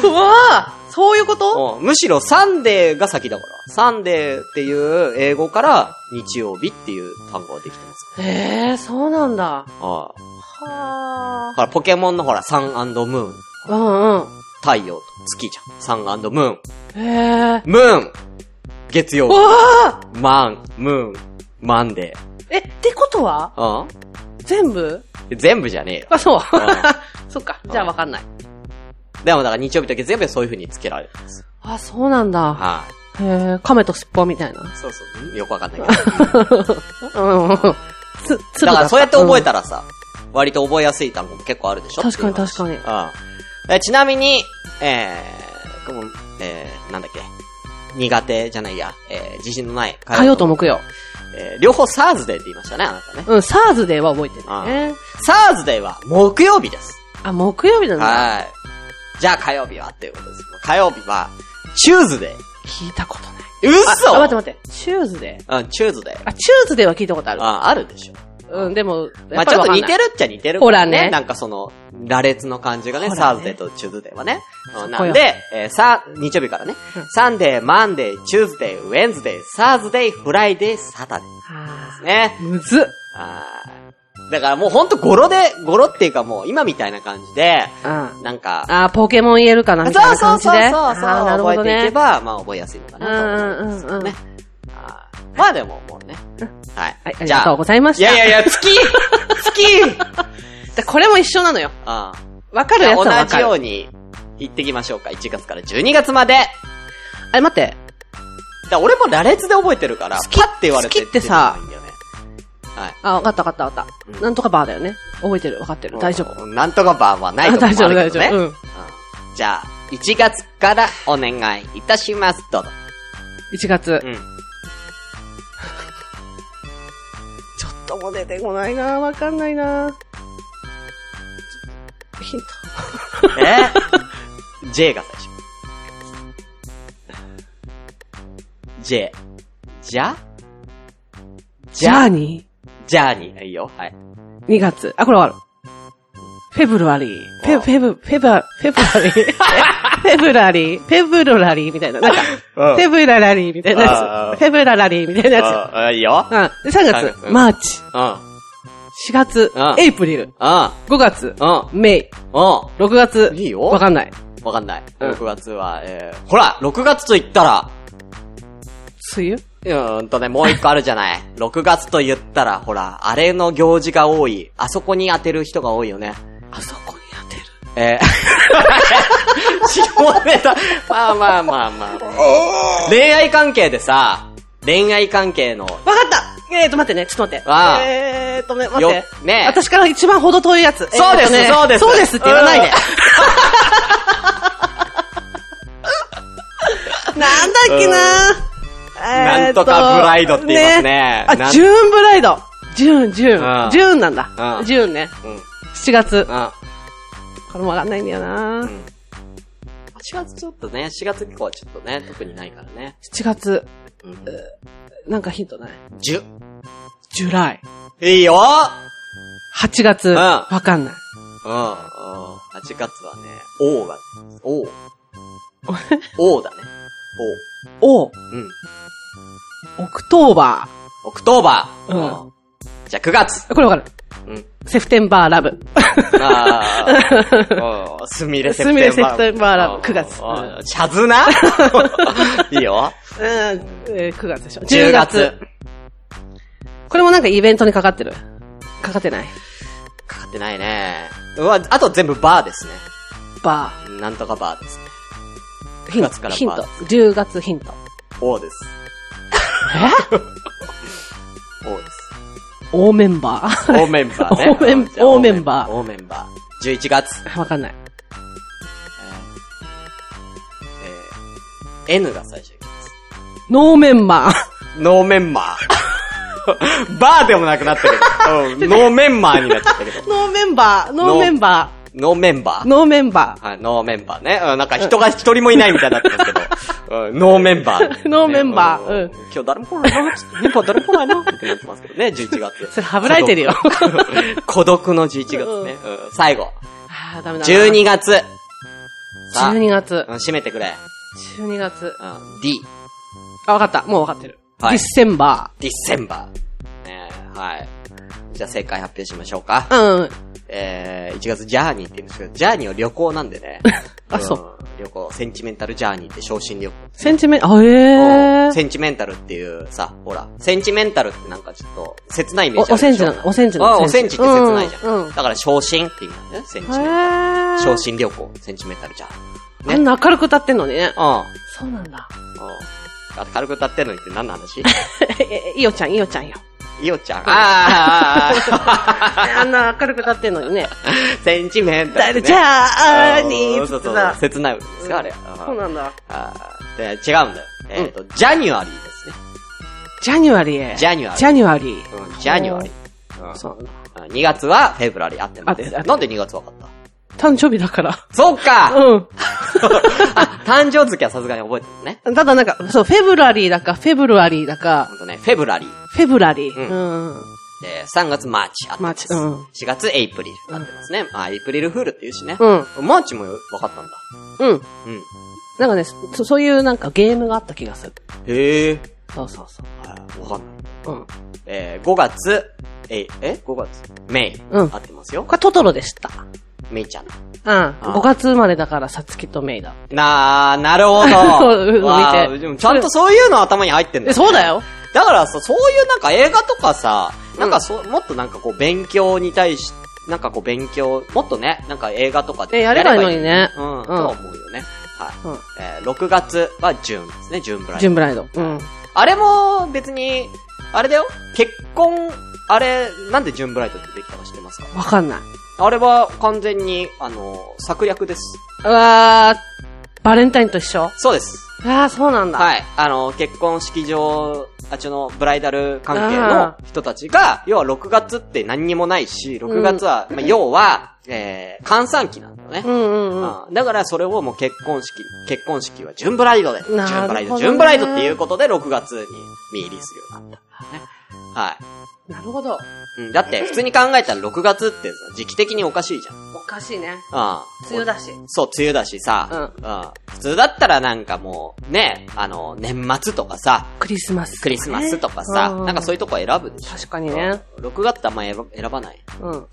S2: うわーそういうこと
S1: うんむしろサンデーが先だから。サンデーっていう英語から日曜日っていう単語ができてますか
S2: へえ、そうなんだ。
S1: ら。あ
S2: は
S1: あ。ほら、ポケモンのほら、サンムーン。
S2: あ。うんうん。
S1: 太陽と月じゃん。サンムーン。
S2: へえ。
S1: ムーン月曜
S2: うわ
S1: 日。
S2: あ
S1: マン、ムーン、マンデ
S2: え、ってことは
S1: ー。うん
S2: 全部
S1: 全部じゃねえよ。
S2: あ、そう。
S1: ん
S2: そっか。じゃあわかんない。
S1: でもだから日曜日だけ全部そういう風につけられるんです。
S2: あ、そうなんだ。
S1: は
S2: へえ、亀とすっぽみたいな。
S1: い。そうそう。よくわかんないけど。
S2: うんうんうん。つ、つ
S1: だからそうやって覚えたらさ、割と覚えやすい単語も結構あるでしょ
S2: 確かに
S1: っていう話
S2: 確かに
S1: うん。えちなみに、えー、このえー、なんだっけ。苦手じゃないや、えー、自信のない。
S2: 火曜と木曜。
S1: えー、両方 SARS デーって言いましたね、あなたね。
S2: うん、サーズデーは覚えてるね。
S1: SARS デーは木曜日です。
S2: あ、木曜日なんだ。
S1: はい。じゃあ火曜日はっていうことです。火曜日は、チューズデー。
S2: 聞いたことない。
S1: 嘘
S2: あ、待って待って。チューズデー
S1: うん、チューズデー。
S2: あ、チューズデーは聞いたことある。
S1: あ、あるでしょ。
S2: うん、でも、
S1: まあちょっと似て
S2: る
S1: るっちゃ似てる、
S2: ほらね
S1: なんかその、羅列の感じがね、
S2: ほ
S1: サ
S2: らね
S1: ーズデーとチューズデーはね。うん
S2: そこ
S1: な
S2: よ
S1: んで、えー、さ、日曜日からね、サンデー、マンデー、チューズデー、ウェンズデー、サーズデー、フライデー、サタデー
S2: あ
S1: ね
S2: ー。むずっ。
S1: あーだからもうほんと語呂で、語呂っていうかもう今みたいな感じで、
S2: うん。
S1: なんか、
S2: あー、ポケモン言えるかなみたいな感じで。
S1: そうそうそうそう。
S2: あーなるほど
S1: 覚えていけ
S2: ね。
S1: ば、まあ覚えやすいのかなと思いますよね。あーまあでも、もうね。はい。
S2: はい、ありがとうございまし
S1: い
S2: た。
S1: やいやいや、月月
S2: だこれも一緒なのよ。
S1: あ
S2: わかるやつはわ
S1: 同
S2: か
S1: じ
S2: る。
S1: ように行ってきましょうか。1月から12月まで。だか
S2: あれ、待って。
S1: ら俺も羅列で覚えてるから、
S2: 月
S1: パッて言われて
S2: 月ってさ
S1: 出てこないんだよねはい。
S2: あ、わかったわかったわかっ
S1: う
S2: た。
S1: ん
S2: なんとかバーだよね。覚えてる、わかってる。大丈夫。
S1: 夫。なんとかバーはないと思
S2: あ
S1: う
S2: 大
S1: ん
S2: 丈
S1: だ
S2: 夫、大
S1: けど
S2: 丈
S1: ね。
S2: 夫。う
S1: うん
S2: ん。
S1: じゃあ、1月からお願いいたします。どう ぞ。
S2: 1月。
S1: うん。
S2: ちょっとも出てこないなわかんないなヒント。
S1: え ?J が最初。J。じゃ
S2: ジャーニ
S1: ジャーニー。いいよ。はい。
S2: ー ?2 月。あ、これ終わる。フェブルアリー。フェ、
S1: あ
S2: フェブ、フェバ、フェブ ラリー。フェブラリー。フェブルラリーみたいな。なんか、
S1: うん
S2: フェブララリーみたいな
S1: あ
S2: や
S1: あ
S2: つ。フェブララリーみたいなや
S1: ああいいよ。
S2: つ。うん。で、3
S1: 三
S2: 月、
S1: 月
S2: マーチ。
S1: うん。うん。
S2: 4月
S1: あ、あ
S2: エイプリル。5月、
S1: う
S2: メイ。
S1: ん。
S2: 6月
S1: う、ん。いいよ。
S2: わかんない。
S1: わかんない。
S2: うん
S1: 6月は、えー、ほら !6 月と言ったら、
S2: 梅
S1: う
S2: 雨
S1: ーんとね、もう一個あるじゃない。6月 と言ったら、ほら、あれの行事が多い。あそこに当てる人が多いよね。
S2: あそこに当てる。
S1: えー、下ネタ。 まあまあまあまあ。恋愛関係でさ、恋愛関係の、
S2: わかったえーと、待ってね、ちょっと待って。
S1: ああ
S2: えーとね、待って。
S1: よねえ
S2: 私から一番ほど遠いやつ。
S1: そうです
S2: えーとね
S1: そうです
S2: そうですって言わないで。なんだっけな
S1: なんとかブライドって言いますねな
S2: あ、
S1: ん
S2: ジューンブライド。ジューン、ジュ
S1: う
S2: ーン。
S1: ん
S2: ジューンなんだ
S1: う。ん
S2: ジューンね。
S1: うん、うん。
S2: 7月。
S1: 4
S2: これもわかんないんだよな7
S1: 月ちょっとね、4月以降はちょっとね、特にないからね。
S2: 月。
S1: うん。
S2: なんかヒントない
S1: 10。
S2: ジュライ。
S1: いいよ
S2: 8月。
S1: ん
S2: わかんない。
S1: うん、うん。8月はね、王が、 王。王だね。
S2: お、オ
S1: 王。うん。
S2: クトーバ
S1: オクトーバー。
S2: うん
S1: うん。じゃあ9月。
S2: ー。これわかる。
S1: うん。
S2: セフテンバーラブ。
S1: ああ。うんスミレセプテンバー。
S2: スミレセプテンバーラブ
S1: うん
S2: 9月
S1: うんチャズ ナいいよ。
S2: うん、えー、9月でしょ。
S1: 10月。。
S2: これもなんかイベントにかかってる。かかってない。
S1: かかってないね。うわ、あと全部バーですね。
S2: バ
S1: なんとかバーですね。
S2: ー。ヒ
S1: 9
S2: ント。
S1: 月からバー
S2: ヒント。10月ヒント。
S1: 王です。 え王です。
S2: 大メンバー。
S1: 王メンバーね。
S2: 王メン
S1: じゃあ
S2: 王メンバー
S1: 王メンバー。11月。
S2: わかんない。
S1: えー、N が最初に来ます。
S2: ノーメンバー。
S1: ノーメンマー。 バーでもなくなったけど、うんノーメンマーになっちゃったけど。
S2: ノーメンバー。ノーメンバ
S1: ノーメンバ
S2: ー。
S1: ー。
S2: ノーメンバー。
S1: はい、ノーメンバーね。うんなんか人が一人もいないみたいになってますけど。うんノーメンバー。
S2: ノーメンバー
S1: ね
S2: うん
S1: 今日誰も来ないな。日本誰も来ないな。ってなってますけど ね、11月。
S2: それはぶられてるよ
S1: 孤独。孤独の11月ね。うん最後。
S2: あー、ダメだな。
S1: 12月。さあ
S2: 12月
S1: う。ん、閉めてくれ。
S2: 12月。
S1: うん。D。
S2: あ、わかった。もうわかってる。
S1: はい
S2: ディッセンバ
S1: ディセンバー。ねえはい。じゃあ正解発表しましょうか。
S2: ー。うん。
S1: えー、1月ジャーニーって言うんですけど、ジャーニーは旅行なんでね。
S2: あ、そう。
S1: うん。旅行、センチメンタルジャーニーって昇進旅行。
S2: センチメン、あ、え
S1: セ
S2: ー。
S1: ンチメンタルっていうさ、ほら、センチメンタルってなんかちょっと、切ないイメ
S2: お、
S1: ージあ
S2: お
S1: るで
S2: セン
S1: し
S2: チ
S1: ょ。
S2: な、おセンチな。
S1: あ、おセンチって切ないじゃん。
S2: うん。うん。
S1: だから、昇進っていう意味なんだよね、センチメンタ
S2: へー
S1: ル。昇進旅行、センチメンタルジャーニね
S2: あんな明るく歌ってんのにね。
S1: ー。うん。
S2: そうなんだ。
S1: うん。軽く歌ってんのにって何の 話
S2: ええ、 いよちゃん、いよちゃんよ。
S1: いおちゃん。ああ、
S2: あんな明るく歌ってんの にね。
S1: センチメンタ
S2: だ
S1: ル、ね。
S2: じゃあ、に
S1: う
S2: ー
S1: ん
S2: つ
S1: そ
S2: っ
S1: う
S2: て
S1: そうそう
S2: さ。
S1: 切ないですか、あれ。あ
S2: そうなんだ。
S1: あーで、違うんだよ。えっ、と、ジャニュアリーですね。
S2: ジャニュアリーへ。
S1: ジャニュアリー
S2: ジャニュアリー。
S1: うん、ジャニュアリー。うん
S2: そうなんだ。
S1: あ2月はフェブラリー。合ってま
S2: 合ってる合って
S1: す。
S2: る
S1: なんで2月わかった
S2: 誕生日だから。
S1: そっか
S2: う
S1: あ誕生月はさすがに覚えてるね。
S2: ん。ただなんか、そう、フェブラリーだか、フェブラリーだか
S1: ほ、んとね、フェブラリー。
S2: フェブラリー。
S1: う
S2: うん。
S1: で、3月マーチ。合って
S2: マー
S1: ま
S2: チ
S1: す。
S2: うん
S1: 4月エイプリル。合ってますね。まあ、エイプリルフールって言うしね。
S2: うん。
S1: マーチもわかったんだ。
S2: うん。
S1: うん。
S2: なんかね、そそういうなんかゲームがあった気がする。
S1: へえ。
S2: そうそうそ
S1: はい、わかんない。
S2: う。うん。
S1: えー、5月、えい、え ?5 月メイ。
S2: うん
S1: 合ってますよ
S2: こ。れトトロでした。
S1: メイちゃん。
S2: うん。5月生まれだから、さつきとメイだ。
S1: なー、なるほ
S2: そう見
S1: ど。
S2: て
S1: わーでもちゃんとそういうの頭に入ってんだ
S2: え、そうだよ。
S1: だからさ、そういうなんか映画とかさ、なんかそう、もっとなんかこう勉強に対し、なんかこう勉強、もっとね、なんか映画とかで
S2: ね、やればいいのにね。
S1: うん、
S2: うん
S1: とは思うよね。はい。
S2: うん。
S1: えー、6月はジューンですね、ジューンブライ
S2: ジュ
S1: ド。
S2: ンブライド。うん。
S1: あれも別に、あれだよ結婚、あれ、なんでジューンブライドってできたか知ってますか
S2: わかんない。
S1: あれは完全に、あの、策略です。
S2: うわー、バレンタインと一緒
S1: そうです。
S2: あー、そうなんだ。い。
S1: はい。あの、結婚式場、あちょの、ブライダル関係
S2: あ
S1: の人たちが、要は6月って何にもないし、6月は、まあ、要は、えー、換算期なんだよね。
S2: うんうんうん。
S1: あだからそれをもう結婚式、結婚式は純ブライドで、純
S2: なるほどね
S1: ブライド、純ブライドっていうことで6月に見入りするようになったんだよね。はい。
S2: なるほど。
S1: うん、だって普通に考えたら6月ってさ時期的におかしいじゃん。
S2: おかしいね。
S1: あ
S2: 梅雨だし。
S1: そう、梅雨だしさ、うん普通だったらなんかもう、ね、あの、年末とかさ、
S2: クリスマス。
S1: クリスマスとかさ、
S2: うん
S1: なんかそういうとこ選ぶでしょ。
S2: 確かにね。
S1: 6月ってあんま選ば選ばない。
S2: うん。
S1: っ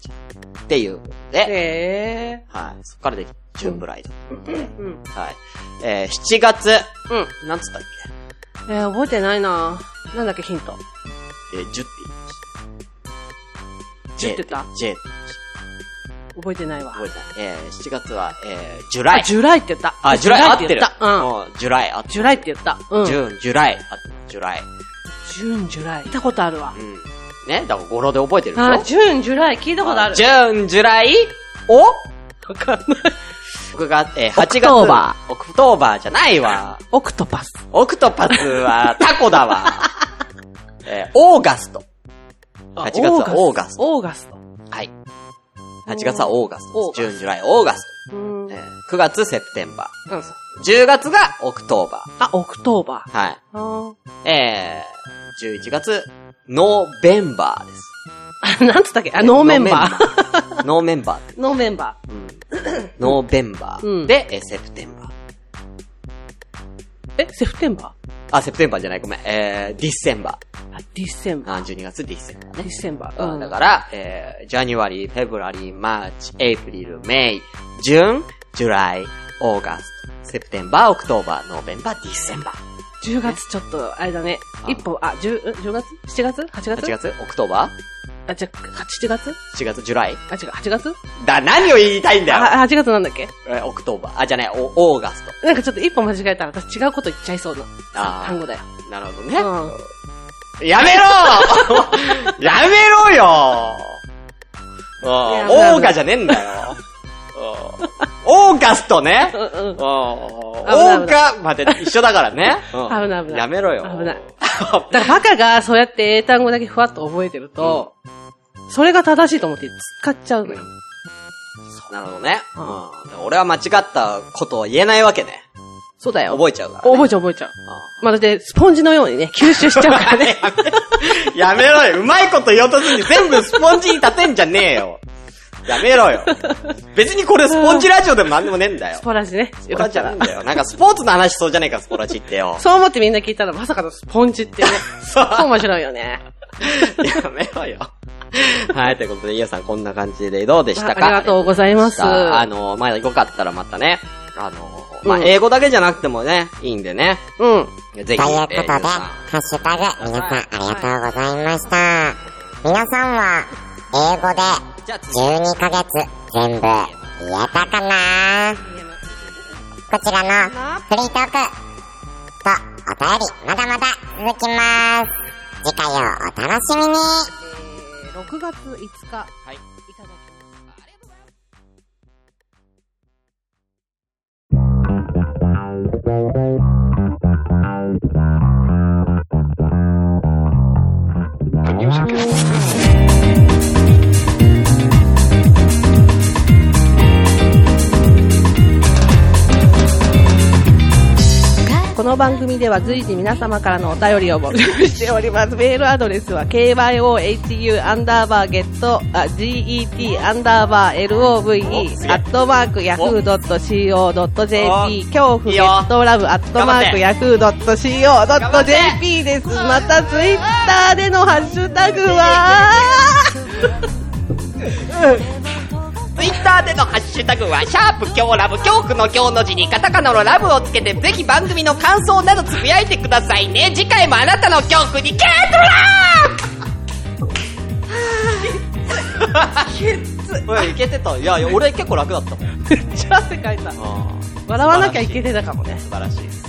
S1: ていう。で、
S2: へ
S1: はい。そっからできる、ジューンブライド。
S2: え。うん。
S1: はい。えー、7月、
S2: うん。
S1: なんつったっ
S2: えー、覚えてないななんだっけヒント。
S1: けえー、10って
S2: 10
S1: 言いました。
S2: って言った
S1: ?J って
S2: 覚えてないわ。
S1: 覚えてない。えー、7月は、えー、ジュラ
S2: あ、
S1: イ。
S2: ジュライって言った。
S1: あ、ジュライ合
S2: っ
S1: って
S2: 言
S1: る。
S2: たうん。
S1: うん。ジュライ合って
S2: ジュライって言った。う
S1: る。
S2: ん。
S1: ジ
S2: ジ
S1: ューン、ジュライ合ってる。ジュライ。
S2: ュン、ジュライ。聞いたことあるわ
S1: う。ん。ねだから語呂で覚えてるでしょ
S2: あ、ジュン、ジュライ、聞いたことある。
S1: ジューン、ジュライおわかんない。僕が、えー、8月。
S2: オクトーバ
S1: ー。オクトーバーじゃないわ。
S2: オクトパス。
S1: オクトパスはタコだわ。 えーオーガスト。8月はオーガスト。
S2: オーガスト。
S1: はい。8月はオーガス
S2: オ
S1: ト
S2: ーガ。ス
S1: ジューン、ジュライ、オーガス
S2: うん
S1: ト。え。ー9月、セプテンバ
S2: うん
S1: ー。10月がオクトーバ
S2: あ、オクトーバー。
S1: ー。はい。
S2: あー
S1: えー、11月、ノーベンバーです。
S2: あ、なんつったっけあ、ノーメンバー。
S1: ー。ノーメンバーって。
S2: ノーメンバ
S1: うん ノーベンバ
S2: う
S1: ー。
S2: ん
S1: で、えーセプテンバー。
S2: ー。え、セプテンバ
S1: あ、セプテンバーじゃない、ごめん。えー、ディッセンバー。
S2: ーあ、ディッセンバー。
S1: あ、12月ディッセンバー
S2: ディ
S1: ね
S2: ッ。センバー。
S1: う、
S2: うんん。
S1: だから、えー、ジャニュアリー、フェブラリー、マーチ、エイプリル、メイ、ジュン、ジュライ、オーガスト、セプテンバー、オクトーバー、ノーベンバー、ディッセンバー。
S2: 10月ちょっと、あれだね。
S1: あ
S2: 一歩、あ、10、ん10月 ?7 月 ?8
S1: 8
S2: 月
S1: 月、オクトーバ
S2: あ、じゃあ、7月
S1: ー ?7 月、ジュライ
S2: あ、違う、8月
S1: だ、何を言いたいんだよ
S2: あ、あ8月なんだっけ
S1: えーオクトーバー。あ、じゃない、オオーガスト。
S2: なんかちょっと一歩間違えたら私違うこと言っちゃいそうな
S1: あ
S2: 単語だよ。
S1: ー、なるほど
S2: う
S1: ね。
S2: ん。
S1: や めろやめろようん
S2: や
S1: オーガじゃねえんだよ。うんオーガストね。
S2: うんうん。
S1: オ
S2: 危ない
S1: ーガまで一緒だから ね。うん
S2: 危ない危ない
S1: やめろよ。
S2: 危ない。だからバカがそうやって英単語だけふわっと覚えてると、それが正しいと思って使っちゃうのよ。
S1: なるほどね。
S2: う
S1: うん俺は間違ったことを言えないわけね。
S2: そうだよ。
S1: 覚えちゃうからね。
S2: 覚えちゃう覚えちゃう。まあ、だってスポンジのようにね、吸収しちゃうから ね。
S1: うんやめろよ。うまいこと言おうとするに全部スポンジに立てんじゃねえよ。やめろよ。別にこれスポンジラジオでもなんでもねえんだよ
S2: ス。ポラジね。
S1: よかじゃないんだよ。なんかスポーツの話しそうじゃねえか、スポラジってよ。
S2: そう思ってみんな聞いたらまさかのスポンジって ね。
S1: そう
S2: そう面白いよね。
S1: やめろよ。はい、ということで、イエさんこんな感じでどうでした
S2: ああり
S1: か
S2: がとうございます。
S1: さああの、まあ、よかったらまたね、あの、まあ、
S2: うん
S1: 英語だけじゃなくてもね、いいんでね。
S2: うん。
S1: ぜひ、え
S4: ということ
S1: ー
S4: で、
S1: 皆さん
S4: ハッシュタグ、皆さんありがとうございました。皆さんは、英語で
S1: じゃあ次
S4: 12ヶ月全部言えたかなこちらのフリートークとお便り、まだまだ続きます。次回をお楽しみに
S1: はい
S2: 6月5日。いただきこの番組では随時皆様からのお便りを募集しております。メールアドレスは kyohu アンダーバーゲット、あ、get アンダーバー
S1: お
S2: love
S1: すげえ
S2: アットマーク yahoo.co.jp 恐怖
S1: いい
S2: ゲ
S1: よ
S2: ットラブアットマーク yahoo.co.jp です。またツイッターでのハッシュタグ は、
S5: ツイッターでのハッシュタグは、シャープ今日ラブ恐怖の今日の字にカタカナのラブをつけて、ぜひ番組の感想などつぶやいてくださいね。次回もあなたの恐怖にゲットラック
S1: うんいけてた。い や、いや俺結構楽だったもん。
S2: めっちゃ汗かいた。笑わなきゃいけてたかもね。
S1: 素晴らしいです。